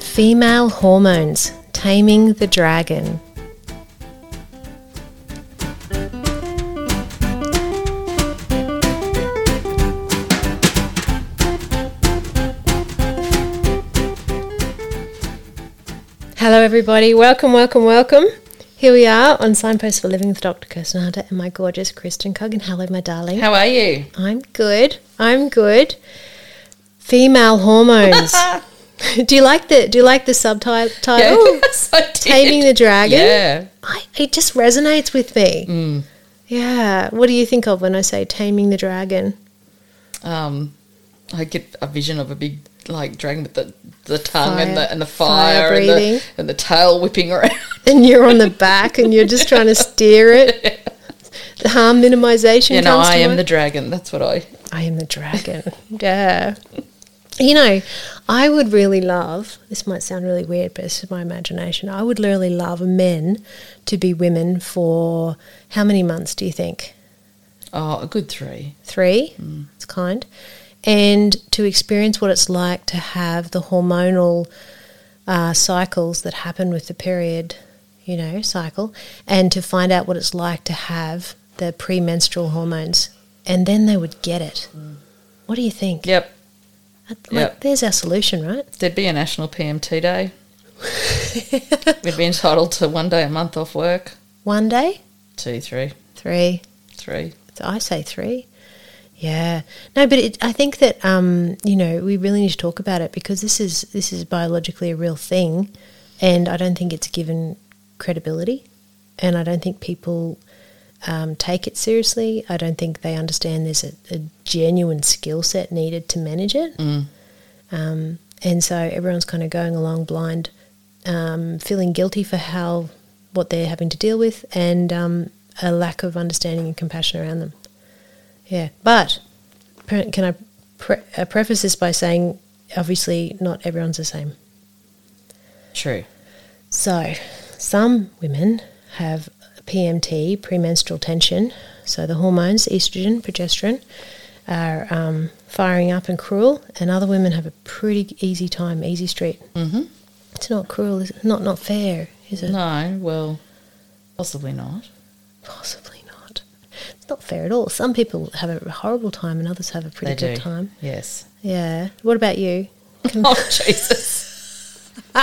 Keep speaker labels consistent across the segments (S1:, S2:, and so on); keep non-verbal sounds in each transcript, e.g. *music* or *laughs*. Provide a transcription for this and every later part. S1: Female Hormones Taming the Dragon. Hello, everybody. Welcome, welcome, welcome. Here we are on Signpost for Living with Dr. Kirsten Hunter and my gorgeous Kristen Coggan. Hello, my darling.
S2: How
S1: *laughs*
S2: are you?
S1: I'm good. I'm good. Female
S2: *laughs*
S1: hormones. *laughs* do you like the Do you like the subtitle?
S2: *laughs* Yes, I did.
S1: Taming the Dragon.
S2: Yeah. Mm.
S1: I, it just resonates with me. Yeah. What do you think of when I say taming the dragon? *laughs*
S2: Um, I get a vision of a big like dragon with the the tongue
S1: Fire-
S2: and the and the
S1: fire
S2: fire, and,
S1: breathing.
S2: the, and the tail whipping around.
S1: And you're on the back, and you're just trying to steer it. The harm minimization.
S2: *laughs* you know,
S1: comes
S2: I
S1: to
S2: am
S1: mind.
S2: the dragon. That's what I.
S1: I am the dragon. yeah. You know, I would really love, this might sound really weird, but this is my imagination. I would really love men to be women for how many months do you think?
S2: Oh, a good three.
S1: Three? It's kind. And to experience what it's like to have the hormonal uh, cycles that happen with the period, you know, cycle, and to find out what it's like to have the premenstrual hormones. And then they would get it. What do you think?
S2: Yep.
S1: That-
S2: Yeah.
S1: Like, there's our solution, right?
S2: There'd be a national PMT
S1: *laughs*
S2: day. We'd be entitled to one day a month off work.
S1: One day,
S2: Two, three,
S1: three.
S2: three.
S1: I say three. Yeah. No, but it, I think that um, you know we really need to talk about it because this is this is biologically a real thing, and I don't think it's given credibility, and I don't think people um, take it seriously. I don't think they understand there's a, a genuine skill set needed to manage it. Um, and so everyone's kind of going along blind, um, feeling guilty for how what they're having to deal with, and um, a lack of understanding and compassion around them. Yeah, but pre- can I pre- uh, preface this by saying, obviously, not everyone's the same.
S2: True.
S1: So, some women have PMT, premenstrual tension. So, the hormones, estrogen, progesterone, are um, firing up and cruel, and other women have a pretty easy time, easy street. Mm-hmm. It's not cruel, is it? Not, not fair, is it?
S2: No, well, possibly not.
S1: Possibly not. It's not fair at all. Some people have a horrible time, and others have a pretty
S2: They
S1: good
S2: do.
S1: time.
S2: Yes.
S1: Yeah. What about you?
S2: *laughs* oh Jesus. *laughs*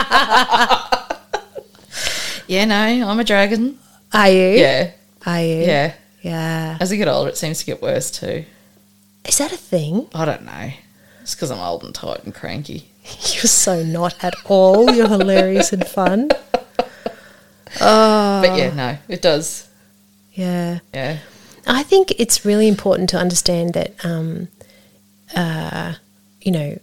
S2: yeah, no, I'm a dragon.
S1: Are you?
S2: Yeah,
S1: Are you?
S2: yeah.
S1: Yeah.
S2: As I get older, it seems to get worse too.
S1: Is that a thing? *laughs*
S2: I don't know. It's because I'm old and tight and cranky.
S1: You're so not at all. You're hilarious and fun. Oh,
S2: But yeah, no, it does.
S1: Yeah.
S2: Yeah,
S1: I think it's really important to understand that, um, uh, you know,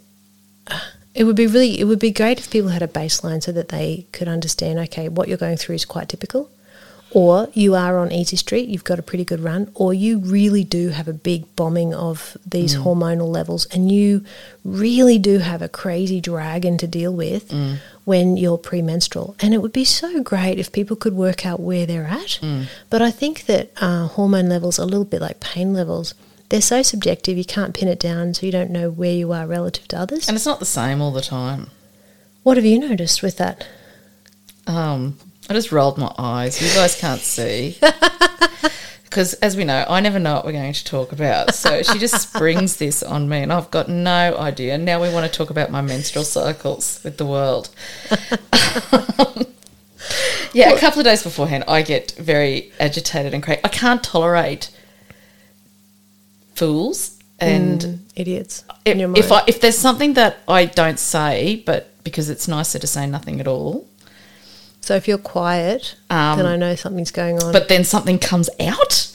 S1: it would be really, it would be great if people had a baseline so that they could understand, okay, what you're going through is quite typical, or you are on easy street, you've got a pretty good run, or you really do have a big bombing of these hormonal levels, and you really do have a crazy dragon to deal with when you're premenstrual. And it would be so great if people could work out where they're at. But I think that uh, hormone levels are a little bit like pain levels. They're so subjective, you can't pin it down, so you don't know where you are relative to others.
S2: and it's not the same all the time.
S1: What have you noticed with that?
S2: Um, I just rolled my eyes. You guys can't
S1: *laughs*
S2: see. Because, as we know, I never know what we're going to talk about. So she just springs this on me, and I've got no idea. Now we want to talk about my menstrual cycles with the world. *laughs* yeah, a couple of days beforehand, I get very agitated and cranky. I can't tolerate fools and
S1: Idiots. in your
S2: if, if
S1: mind.
S2: I if there's something that I don't say, but because it's nicer to say nothing at all,
S1: so if you're quiet,
S2: Um,
S1: then I know something's going on.
S2: but then something comes out.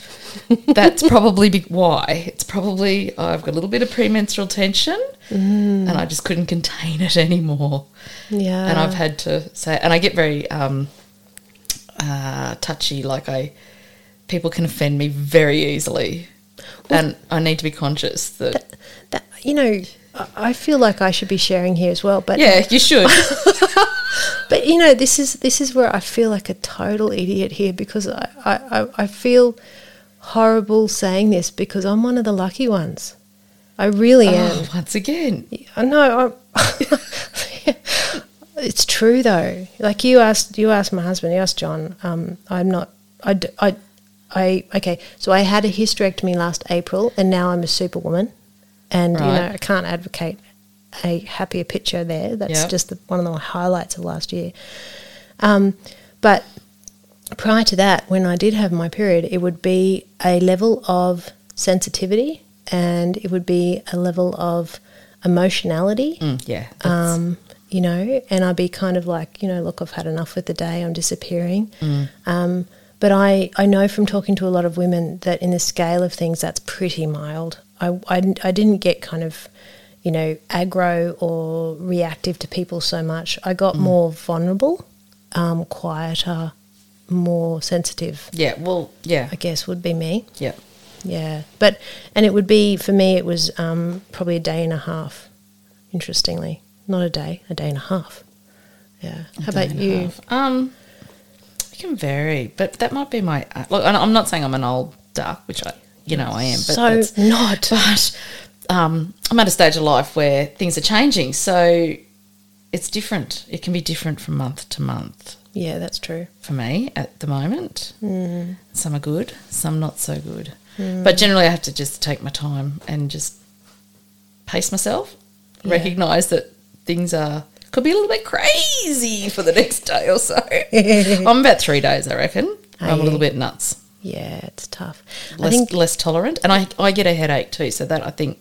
S2: That's probably be- why. It's probably I've got a little bit of premenstrual tension, and I just couldn't contain it anymore.
S1: yeah.
S2: and I've had to say, and I get very um, uh, touchy. Like I, people can offend me very easily, and I need to be conscious that.
S1: that, you know, I- I feel like I should be sharing here as well, but
S2: yeah, you should.
S1: but you know, this is this is where I feel like a total idiot here because I, I, I- I feel horrible saying this because I'm one of the lucky ones.
S2: *laughs*
S1: I really am.
S2: Oh, once again,
S1: Uh, I *laughs* know. I'm, It's true though. Like you asked, you asked my husband. You asked John. Um, I'm not. I, d- I, I. Okay. So I had a hysterectomy last April, and now I'm a superwoman. And you know,
S2: Right.
S1: I can't advocate a happier picture there. That's
S2: Yep.
S1: just the, one of the highlights of last year. Um, but prior to that, when I did have my period, it would be a level of sensitivity, and it would be a level of emotionality
S2: Mm, yeah. that's-
S1: um, you know, and I'd be kind of like, you know, look, I've had enough with the day, I'm disappearing. Um, but I, I know from talking to a lot of women that in the scale of things, that's pretty mild. I, I, didn't- I didn't get kind of, you know, aggro or reactive to people so much. I got more vulnerable, um, quieter, more sensitive,
S2: yeah. Well, yeah.
S1: I guess would be me.
S2: Yeah.
S1: Yeah, but and it would be for me. It was um, probably a day and a half. Interestingly, not a day, a day and a half. Yeah. How about
S2: and a
S1: you?
S2: half. Um, it can vary, but that might be my uh, look. and I'm not saying I'm an old duck, which I, you know, I am. But
S1: So
S2: that's-
S1: not.
S2: *laughs* but um, I'm at a stage of life where things are changing, so it's different. It can be different from month to month
S1: *laughs* Yeah, that's true.
S2: for me at the moment. Mm. Some are good, some not so good.
S1: Mm.
S2: But generally, I have to just take my time and just pace myself,
S1: Yeah.
S2: recognize that things are could be a little bit crazy for the next day
S1: *laughs*
S2: or so. I'm about three days, I reckon.
S1: Are
S2: I'm a
S1: you?
S2: little bit nuts,
S1: Yeah, it's tough. I
S2: less
S1: think.
S2: less tolerant, and I I get a headache too. So that I think,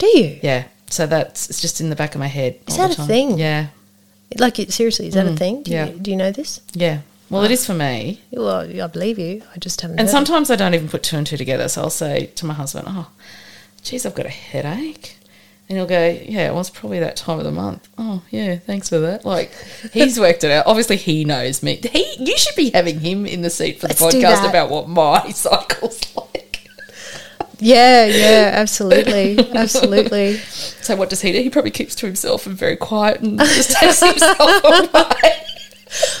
S1: Do you?
S2: yeah. So that's it's just in the back of my head.
S1: Is that
S2: all the
S1: a
S2: time.
S1: thing?
S2: Yeah, Mm.
S1: Like, it, seriously, is that a thing? Do,
S2: yeah.
S1: you, do you know this?
S2: yeah. Well, it is for me.
S1: Well, I believe you. I just haven't.
S2: And
S1: heard
S2: sometimes I don't even put two and two together. So I'll say to my husband, "Oh, geez, I've got a headache," and he'll go, "Yeah, well, it's probably that time of the month." Oh, yeah, thanks for that. Like
S1: *laughs*
S2: he's worked it out. Obviously, he knows me. He, you should be having him in the seat for the
S1: Let's do that.
S2: podcast about what my *laughs* cycle's like.
S1: it. Yeah,
S2: *laughs*
S1: yeah, absolutely, absolutely.
S2: So what does he do? He probably keeps to himself and very quiet and
S1: *laughs*
S2: just takes himself away.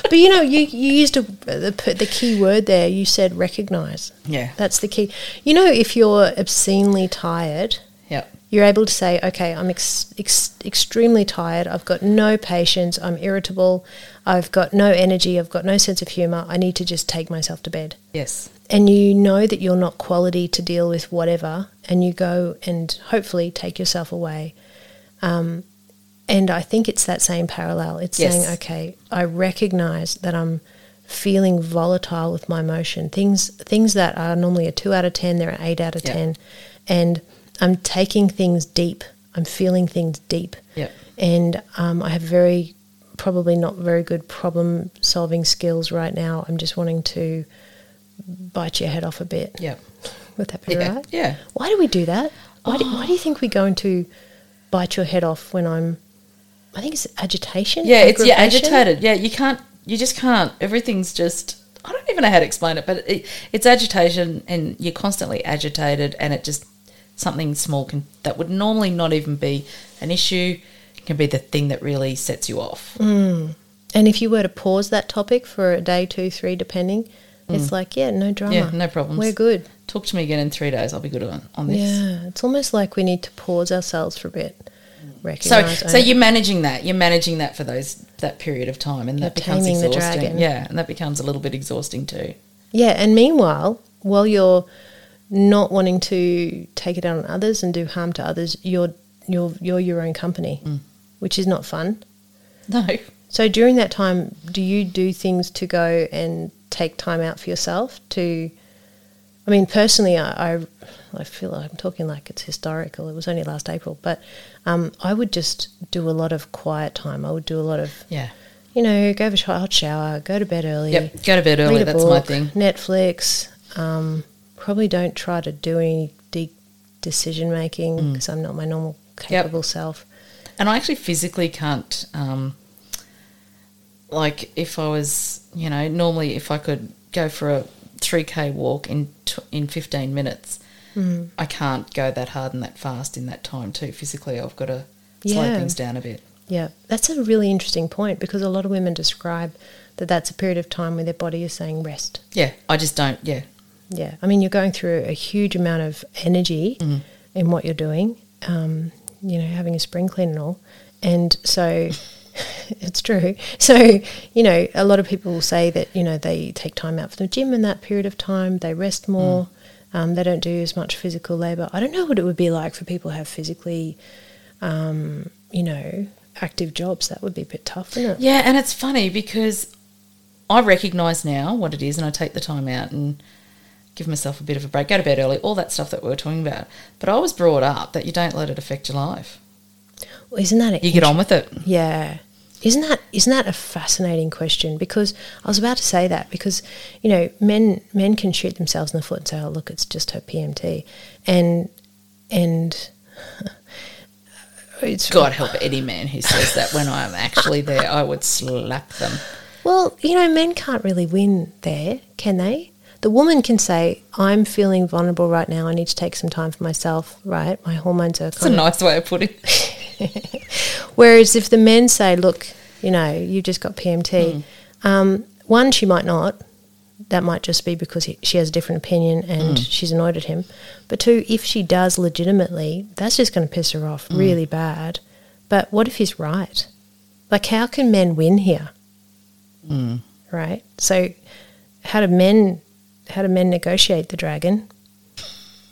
S1: But you know, you you used a, the the key word there. You said recognize.
S2: Yeah.
S1: That's the key. You know, if you're obscenely tired,
S2: Yep.
S1: you're able to say, okay, I'm ex- ex- extremely tired. I've got no patience. I'm irritable. I've got no energy. I've got no sense of humor. I need to just take myself to bed.
S2: Yes.
S1: And you know that you're not quality to deal with whatever, and you go and hopefully take yourself away. Um, and I think it's that same parallel. It's
S2: Yes.
S1: saying, okay, I recognize that I'm feeling volatile with my emotion. Things things that are normally a two out of ten, they're an eight out of
S2: Yeah.
S1: ten, and I'm taking things deep. I'm feeling things deep,
S2: Yep.
S1: and um, I have very probably not very good problem solving skills right now. I'm just wanting to bite your head off a bit.
S2: Yep.
S1: Would that be
S2: Yeah.
S1: right?
S2: Yeah.
S1: Why do we do that? Why, do, why do you think we go into bite your head off when I'm? I think it's agitation.
S2: Yeah, it's yeah,
S1: aggravation?
S2: agitated. Yeah, you can't. You just can't. Everything's just. I don't even know how to explain it, but it, it's agitation, and you're constantly agitated, and it just something small can that would normally not even be an issue can be the thing that really sets you off.
S1: Mm. And if you were to pause that topic for a day, two, three, depending, it's like yeah, no drama.
S2: Mm. Yeah, no problems.
S1: We're good.
S2: Talk to me again in three days. I'll be good on, on this.
S1: Yeah, it's almost like we need to pause ourselves for a bit.
S2: So,
S1: Recognize.
S2: so you're managing that. You're managing that for those that period of time, and that
S1: You're
S2: becomes
S1: taming the
S2: exhausting.
S1: dragon.
S2: Yeah, and that becomes a little bit exhausting too. *laughs*
S1: Yeah, and meanwhile, while you're not wanting to take it out on others and do harm to others, you're you're you're your own company, which is not fun.
S2: No,
S1: So during that time, do you do things to go and take time out for yourself? To, I mean, personally, I I, I feel like I'm talking like it's historical. It was only last April, but um, I would just do a lot of quiet time. I would do a lot of
S2: yeah.
S1: you know, go have a sh- hot shower, go to bed early.
S2: Yep, go to bed early,
S1: Read a
S2: that's my
S1: book,
S2: thing.
S1: Netflix. Um, probably don't try to do any deep decision making
S2: Mm.
S1: because I'm not my normal capable self.
S2: and I actually physically can't. Um, like if I was, you know, normally if I could go for a three k walk in t- in fifteen minutes, I can't go that hard and that fast in that time too. Physically, I've got to slow
S1: Yeah.
S2: things down a bit.
S1: Yeah, that's a really interesting point because a lot of women describe that that's a period of time where their body is saying rest.
S2: Yeah, I just don't. Yeah,
S1: Yeah, I mean, you're going through a huge amount of energy in what you're doing, um, you know, having a spring clean and all. And so *laughs* it's true. So, you know, a lot of people will say that, you know, they take time out for the gym in that period of time, they rest more, um, they don't do as much physical labor. I don't know what it would be like for people who have physically, um, you know, active jobs. That would be a bit tough, wouldn't it?
S2: Yeah, and it's funny because I recognise now what it is, and I take the time out and give myself a bit of a break, go to bed early, all that stuff that we were talking about. But I was brought up that you don't let it affect your life.
S1: Well, isn't that it?
S2: You get on with it.
S1: Yeah. Isn't that isn't that a fascinating question? Because I was about to say that because you know men men can shoot themselves in the foot and say, "Oh, look, it's just her PMT," and and *laughs* it's
S2: God help any man who says that when I'm actually there, I would slap them.
S1: Well, you know, men can't really win there, can they? The woman can say, "I'm feeling vulnerable right now. I need to take some time for myself." Right, my hormones are.
S2: It's a
S1: Kind of,
S2: nice way of putting it.
S1: whereas if the men say, "Look, you know, you've just got PMT," um, one, she might not. That might just be because he, she has a different opinion and she's annoyed at him. But two, if she does legitimately, that's just going to piss her off really bad. But what if he's right? Like, how can men win here? Hmm. right? So, how do men how do men negotiate the dragon?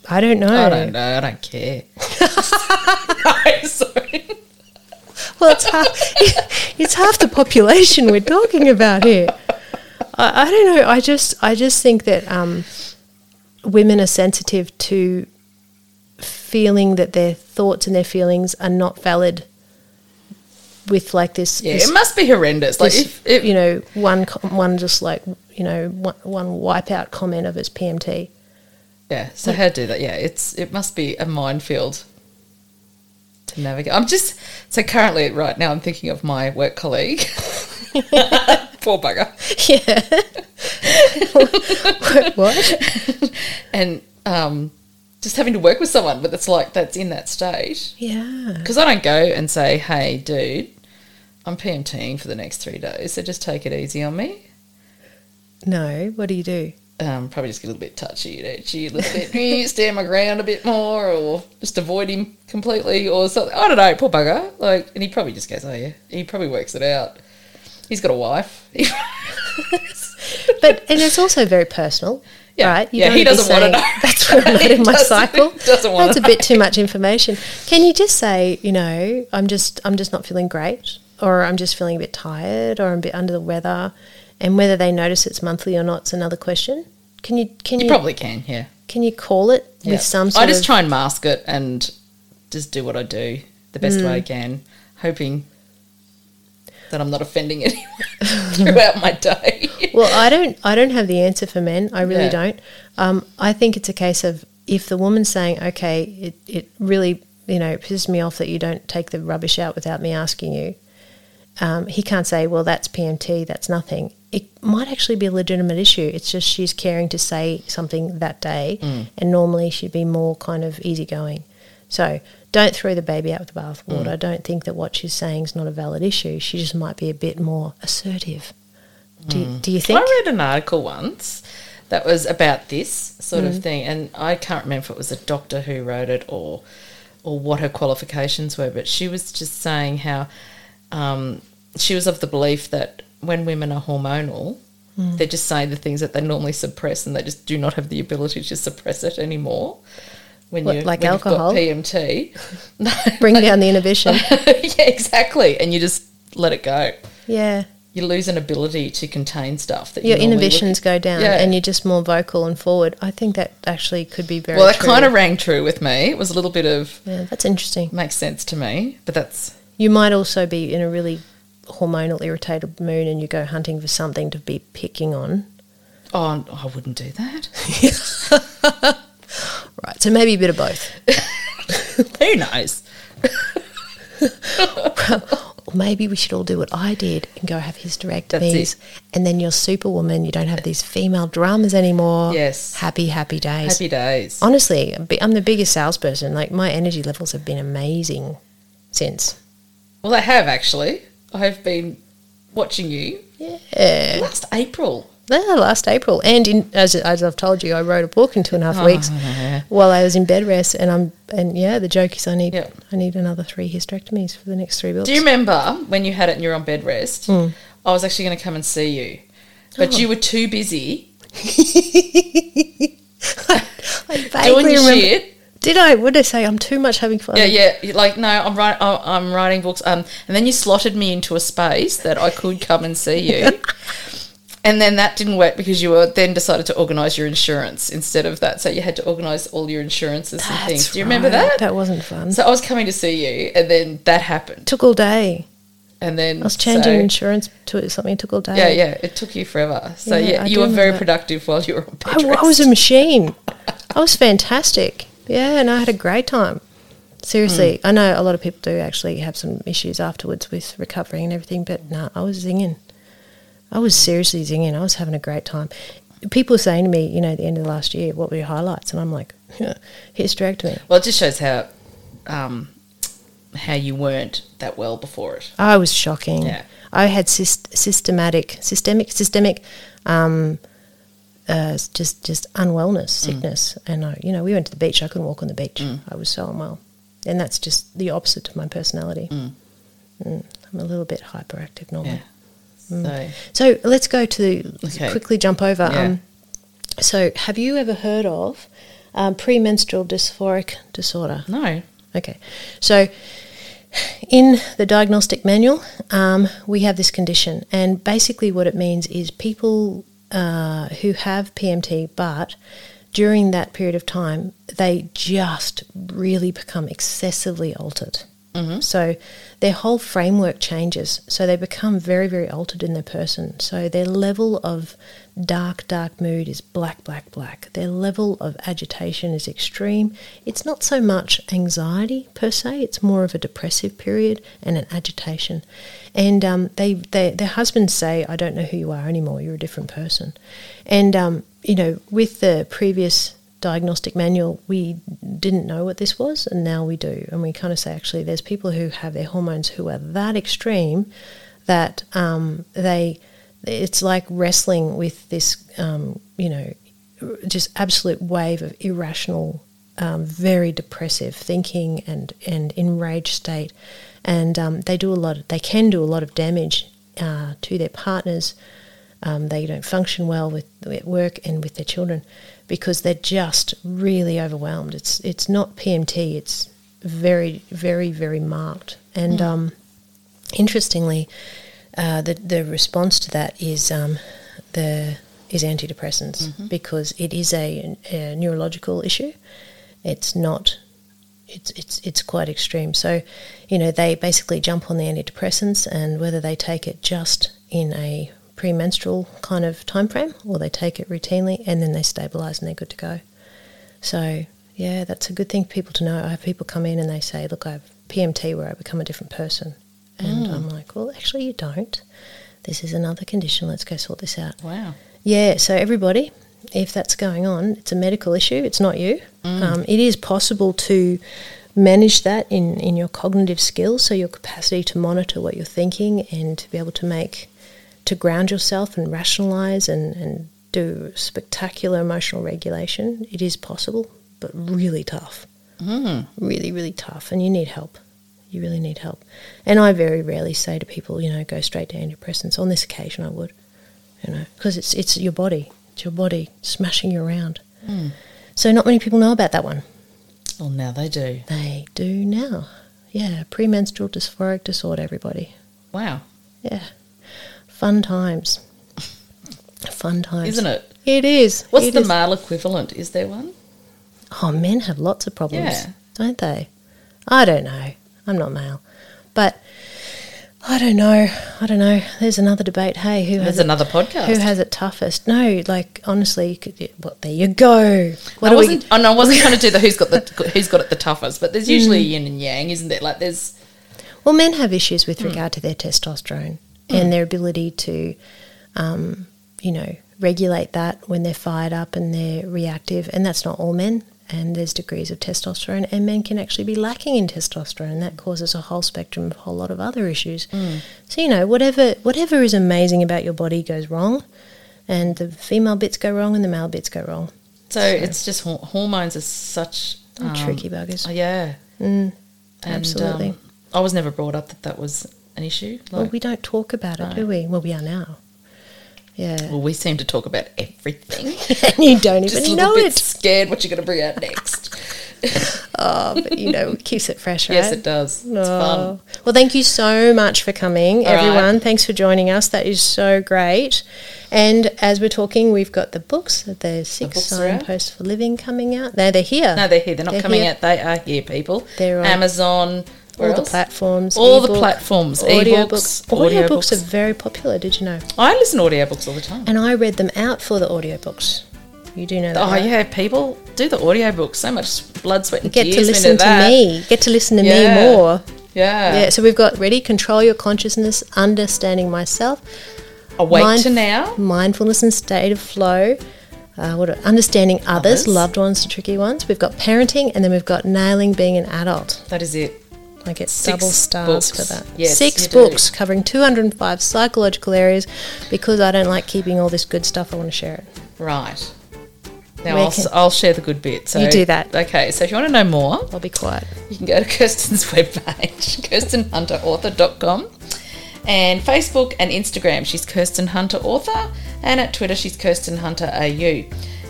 S1: I don't know.
S2: I don't know. I don't *laughs* care. no, sorry.
S1: Well, it's half *laughs* it's half the population we're talking about here. I, I don't know. I just I just think that um, women are sensitive to feeling that their thoughts and their feelings are not valid with like this,
S2: Yeah,
S1: this
S2: it must be horrendous. Like
S1: this,
S2: if, if
S1: you know one com- one just like you know one, one wipeout comment of its PMT.
S2: Yeah. So how to do that? Yeah, it's it must be a minefield to navigate. I'm just so currently right now I'm thinking of my work colleague. *laughs* Poor bugger.
S1: Yeah. *laughs*
S2: *laughs*
S1: what?
S2: And um, just having to work with someone, but it's like that's in that state.
S1: Yeah.
S2: Because I don't go and say, Hey dude, I'm PMTing for the next three days, so just take it easy on me.
S1: No. What do you do?
S2: Um, probably just get a little bit touchy and itchy, a little
S1: *laughs*
S2: bit "Eh, stand my ground a bit more, or just avoid him completely, or something. I don't know, poor bugger. Like, and he probably just goes, "Oh yeah," he probably works it out. He's got a wife. *laughs*
S1: But and it's also very personal,
S2: Yeah.
S1: right?
S2: Yeah,
S1: don't
S2: he
S1: wanna be
S2: doesn't
S1: saying,
S2: wanna know.
S1: *laughs*
S2: *laughs*
S1: That's where I'm at
S2: He
S1: in my
S2: doesn't-
S1: cycle.
S2: he *laughs* doesn't wanna
S1: That's a bit too much information. Can you just say, you know, I'm just I'm just not feeling great, or I'm just feeling a bit tired, or I'm a bit under the weather, and whether they notice it's monthly or not's another question. Can you can you,
S2: you probably can, yeah.
S1: can you call it
S2: Yeah.
S1: with some sort
S2: I just
S1: of
S2: try and mask it and just do what I do the best way I
S1: Mm.
S2: can, hoping that I'm not offending *laughs* anyone
S1: *laughs*
S2: throughout my day.
S1: Well, I don't. I don't have the answer for men. I really
S2: Yeah.
S1: don't. Um, I think it's a case of if the woman's saying, "Okay, it, it really you know pisses me off that you don't take the rubbish out without me asking you," um, he can't say, "Well, that's PMT. That's nothing." It might actually be a legitimate issue. It's just she's caring to say something that day, and normally she'd be more kind of easygoing. So don't throw the baby out with the bathwater. Don't think that what she's saying is not a valid issue. She just might be a bit more assertive. Do, do you think?
S2: I read an article once that was about this sort
S1: Mm.
S2: of thing, and I can't remember if it was a doctor who wrote it or or what her qualifications were, but she was just saying how um, she was of the belief that when women are hormonal,
S1: Mm.
S2: they're just saying the things that they normally suppress, and they just do not have the ability to suppress it anymore. When
S1: What,
S2: you
S1: like
S2: when
S1: alcohol?
S2: you've got PMT, no,
S1: *laughs* Bring down the inhibition.
S2: *laughs* yeah, exactly, and you just let it go.
S1: Yeah.
S2: You lose an ability to contain stuff that you
S1: Your
S2: normally would-
S1: inhibitions go down
S2: Yeah.
S1: and you're just more vocal and forward. I think that actually could be very
S2: Well, that
S1: true.
S2: kind of rang true with me. It was a little bit of
S1: yeah, that's interesting.
S2: makes sense to me, but that's
S1: You might also be in a really hormonal irritated mood and you go hunting for something to be picking on.
S2: oh, I wouldn't do that. *laughs*
S1: Right. So maybe a bit of both.
S2: Who knows?
S1: Or maybe we should all do what I did and go have hysterectomies
S2: That's
S1: and then you're superwoman, you don't have these female dramas anymore.
S2: Yes.
S1: Happy, happy days.
S2: Happy days.
S1: Honestly, I'm bi- I'm the biggest salesperson. Like my energy levels have been amazing since.
S2: Well, I have actually. I have been watching you
S1: Yeah.
S2: last April.
S1: Ah, last April. And in, as, as I've told you, I wrote a book in two and a half
S2: Oh,
S1: weeks
S2: yeah.
S1: while I was in bed rest. And I'm and yeah, the joke is I need
S2: Yeah.
S1: I need another three hysterectomies for the next three bills. *laughs*
S2: Do you remember when you had it and you were on bed rest?
S1: Hmm.
S2: I was actually going to come and see you, but
S1: Oh.
S2: you were too busy
S1: I
S2: *laughs* doing
S1: vaguely
S2: your
S1: remember.
S2: shit.
S1: Did I? Would I say I'm too much having fun?
S2: Yeah, yeah. You're Like, no, I'm writing. I'm writing books. Um, and then you slotted me into a space that I could come and see
S1: *laughs*
S2: you. and then that didn't work because you were then decided to organise your insurance instead of that. So you had to organise all your insurances and things.
S1: That's
S2: Do you remember
S1: right.
S2: that?
S1: That wasn't fun.
S2: So I was coming to see you, and then that happened.
S1: took all day.
S2: And then
S1: I was changing
S2: so-
S1: insurance to something. It took all day.
S2: Yeah, yeah. It took you forever. So
S1: Yeah,
S2: yeah,
S1: I do
S2: you were
S1: remember
S2: very
S1: that.
S2: productive while you were on bed
S1: I, I
S2: rest.
S1: was a machine. I was fantastic. Yeah, and I had a great time. Seriously, I know a lot of people do actually have some issues afterwards with recovering and everything, but nah, I was zinging. I was seriously zinging. I was having a great time. People were saying to me, you know, at the end of last year, what were your highlights? And I'm like, *laughs* hysterectomy.
S2: Well, it just shows how um, how you weren't that well before it.
S1: I was shocking.
S2: Yeah.
S1: I had syst- systematic, systemic, systemic, um, uh, just just unwellness,
S2: Mm.
S1: sickness, and I, you know, we went to the beach. I couldn't walk on the beach. I was so unwell, and that's just the opposite to my personality. Mm. I'm a little bit hyperactive normally.
S2: Yeah. So
S1: So let's go to
S2: Okay.
S1: quickly jump over.
S2: Yeah.
S1: Um, so, have you ever heard of um, premenstrual dysphoric disorder?
S2: no.
S1: Okay. So, in the diagnostic manual, um, we have this condition, and basically what it means is people uh, who have PMT, but during that period of time, they just really become excessively altered. So, their whole framework changes. So, they become very, very altered in their person. So, their level of dark, dark mood is black, black, black. Their level of agitation is extreme. It's not so much anxiety per se, it's more of a depressive period and an agitation. And um, they, they, their husbands say, I don't know who you are anymore, you're a different person. And, um, you know, with the previous diagnostic manual, we didn't know what this was, and now we do. And we kind of say, actually, there's people who have their hormones who are that extreme that um, they it's like wrestling with this, um, you know, just absolute wave of irrational, um, very depressive thinking and and enraged state, and um, they do a lot. They can do a lot of damage uh, to their partners. Um, they don't function well with at work and with their children because they're just really overwhelmed. It's it's not PMT. It's very very very marked and. Um, interestingly, uh, the the response to that is um, the is antidepressants because it is a, a neurological issue. It's not. It's it's it's quite extreme. So, you know, they basically jump on the antidepressants, and whether they take it just in a premenstrual kind of time frame, or they take it routinely, and then they stabilise and they're good to go. So yeah, that's a good thing for people to know. I have people come in and they say, "Look, I have PMT where I become a different person," and I'm like, "Well, actually, you don't. This is another condition. Let's go sort this out."
S2: Wow.
S1: Yeah. So everybody, if that's going on, it's a medical issue. It's not you. Um, it is possible to manage that in in your cognitive skills, so your capacity to monitor what you're thinking and to be able to make to ground yourself and rationalize and, and do spectacular emotional regulation. It is possible, but really tough. Mm. Really, really tough. And you need help. You really need help. And I very rarely say to people, you know, go straight to antidepressants. On this occasion, I would, you know, because it's, it's your body, it's your body smashing you around.
S2: Hmm.
S1: So, not many people know about that one.
S2: Well, now they do.
S1: They do now. Yeah, premenstrual dysphoric disorder, everybody.
S2: Wow.
S1: Yeah. Fun times. Fun times.
S2: Isn't it?
S1: It is.
S2: What's
S1: It
S2: the
S1: is.
S2: male equivalent? Is there one?
S1: Oh, men have lots of problems,
S2: Yeah.
S1: don't they? I don't know. I'm not male. But I don't know. I don't know. There's another debate. Hey, who
S2: There's
S1: has
S2: another
S1: it,
S2: podcast.
S1: Who has it toughest? No, like honestly, you could, well, there you go. What
S2: I
S1: are we-
S2: wasn't. oh, no,
S1: *laughs*
S2: I wasn't trying to do the who's got the who's got it the toughest, but there's usually
S1: Mm.
S2: yin and yang, isn't there? Like there's
S1: Well, men have issues with
S2: Hmm.
S1: regard to their testosterone and their ability to, um, you know, regulate that when they're fired up and they're reactive. And that's not all men. And there's degrees of testosterone, and men can actually be lacking in testosterone, and that causes a whole spectrum of a whole lot
S2: Hmm.
S1: of other issues. So you know, whatever whatever is amazing about your body goes wrong, and the female bits go wrong and the male bits go wrong.
S2: So, it's just hor- hormones are such
S1: They're
S2: um,
S1: tricky buggers.
S2: Oh, yeah,
S1: Mm,
S2: And,
S1: absolutely.
S2: um, I was never brought up that that was an issue. Like,
S1: well, we don't talk about it,
S2: No.
S1: do we? Well, we are now. Yeah,
S2: well, we seem to talk about everything.
S1: *laughs* and you don't
S2: just a
S1: even
S2: little
S1: know
S2: bit
S1: it.
S2: scared what you're going to bring out next.
S1: Oh, but you
S2: *laughs*
S1: know, it keeps it fresh, right?
S2: Yes, it does. It's fun.
S1: Oh. Well, thank you so much for coming,
S2: All right.
S1: everyone. Thanks for joining us. That is so great. And as we're talking, we've got the books, the six
S2: books are out.
S1: signposts for living coming out. No, they're here.
S2: No, they're here. They're not
S1: They're
S2: coming
S1: here.
S2: out. They are here, people.
S1: They're on
S2: Amazon. where
S1: all the
S2: else?
S1: platforms.
S2: All the
S1: ebook,
S2: platforms,
S1: Audiobooks.
S2: ebooks, audiobooks.
S1: Audiobooks are very popular, did you know?
S2: I listen to audiobooks all the time.
S1: And I read them out for the audiobooks. You do know that.
S2: Oh
S1: right?
S2: yeah, people do the audiobooks. So much blood, sweat, and
S1: Get
S2: tears
S1: to
S2: went
S1: listen
S2: into
S1: to
S2: that.
S1: me. Get to listen to
S2: Yeah.
S1: me more.
S2: Yeah.
S1: Yeah, so we've got ready, control your consciousness, understanding myself,
S2: Awake
S1: Mind-
S2: to now.
S1: mindfulness and state of flow. Uh, what are- understanding others,
S2: Others.
S1: loved ones, the tricky ones. We've got parenting, and then we've got nailing being an adult.
S2: That is it.
S1: I get
S2: Six
S1: double stars
S2: books.
S1: for that.
S2: Yes,
S1: Six
S2: you do.
S1: books covering 205 psychological areas because I don't like keeping all this good stuff. I want to share it.
S2: Right. Now
S1: Where
S2: I'll,
S1: can-
S2: will share the good bit. So
S1: You do that.
S2: Okay. So if you want to know more,
S1: I'll be quiet.
S2: you can go to *laughs* Kirsten's webpage, *laughs* kirstenhunterauthor.com, and Facebook and Instagram. She's Kirsten Hunter Author, and at Twitter, she's Kirsten Hunter AU.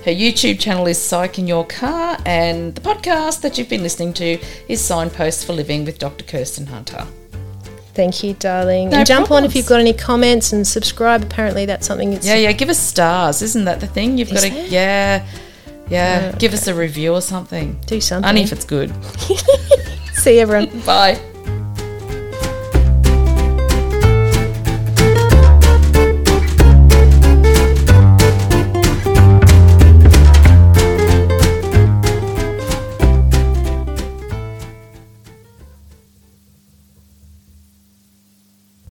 S2: Her YouTube channel is Psych in Your Car, and the podcast that you've been listening to is Signposts for Living with Dr. Kirsten Hunter.
S1: Thank you, darling.
S2: No
S1: and jump on if
S2: problems.
S1: you've got any comments and subscribe. Apparently, that's something it's
S2: Yeah, yeah. Give us stars, isn't that the thing? You've got to,
S1: Is it?
S2: yeah, yeah. Give us a review or something.
S1: do something.
S2: Only if it's good.
S1: See everyone.
S2: Bye.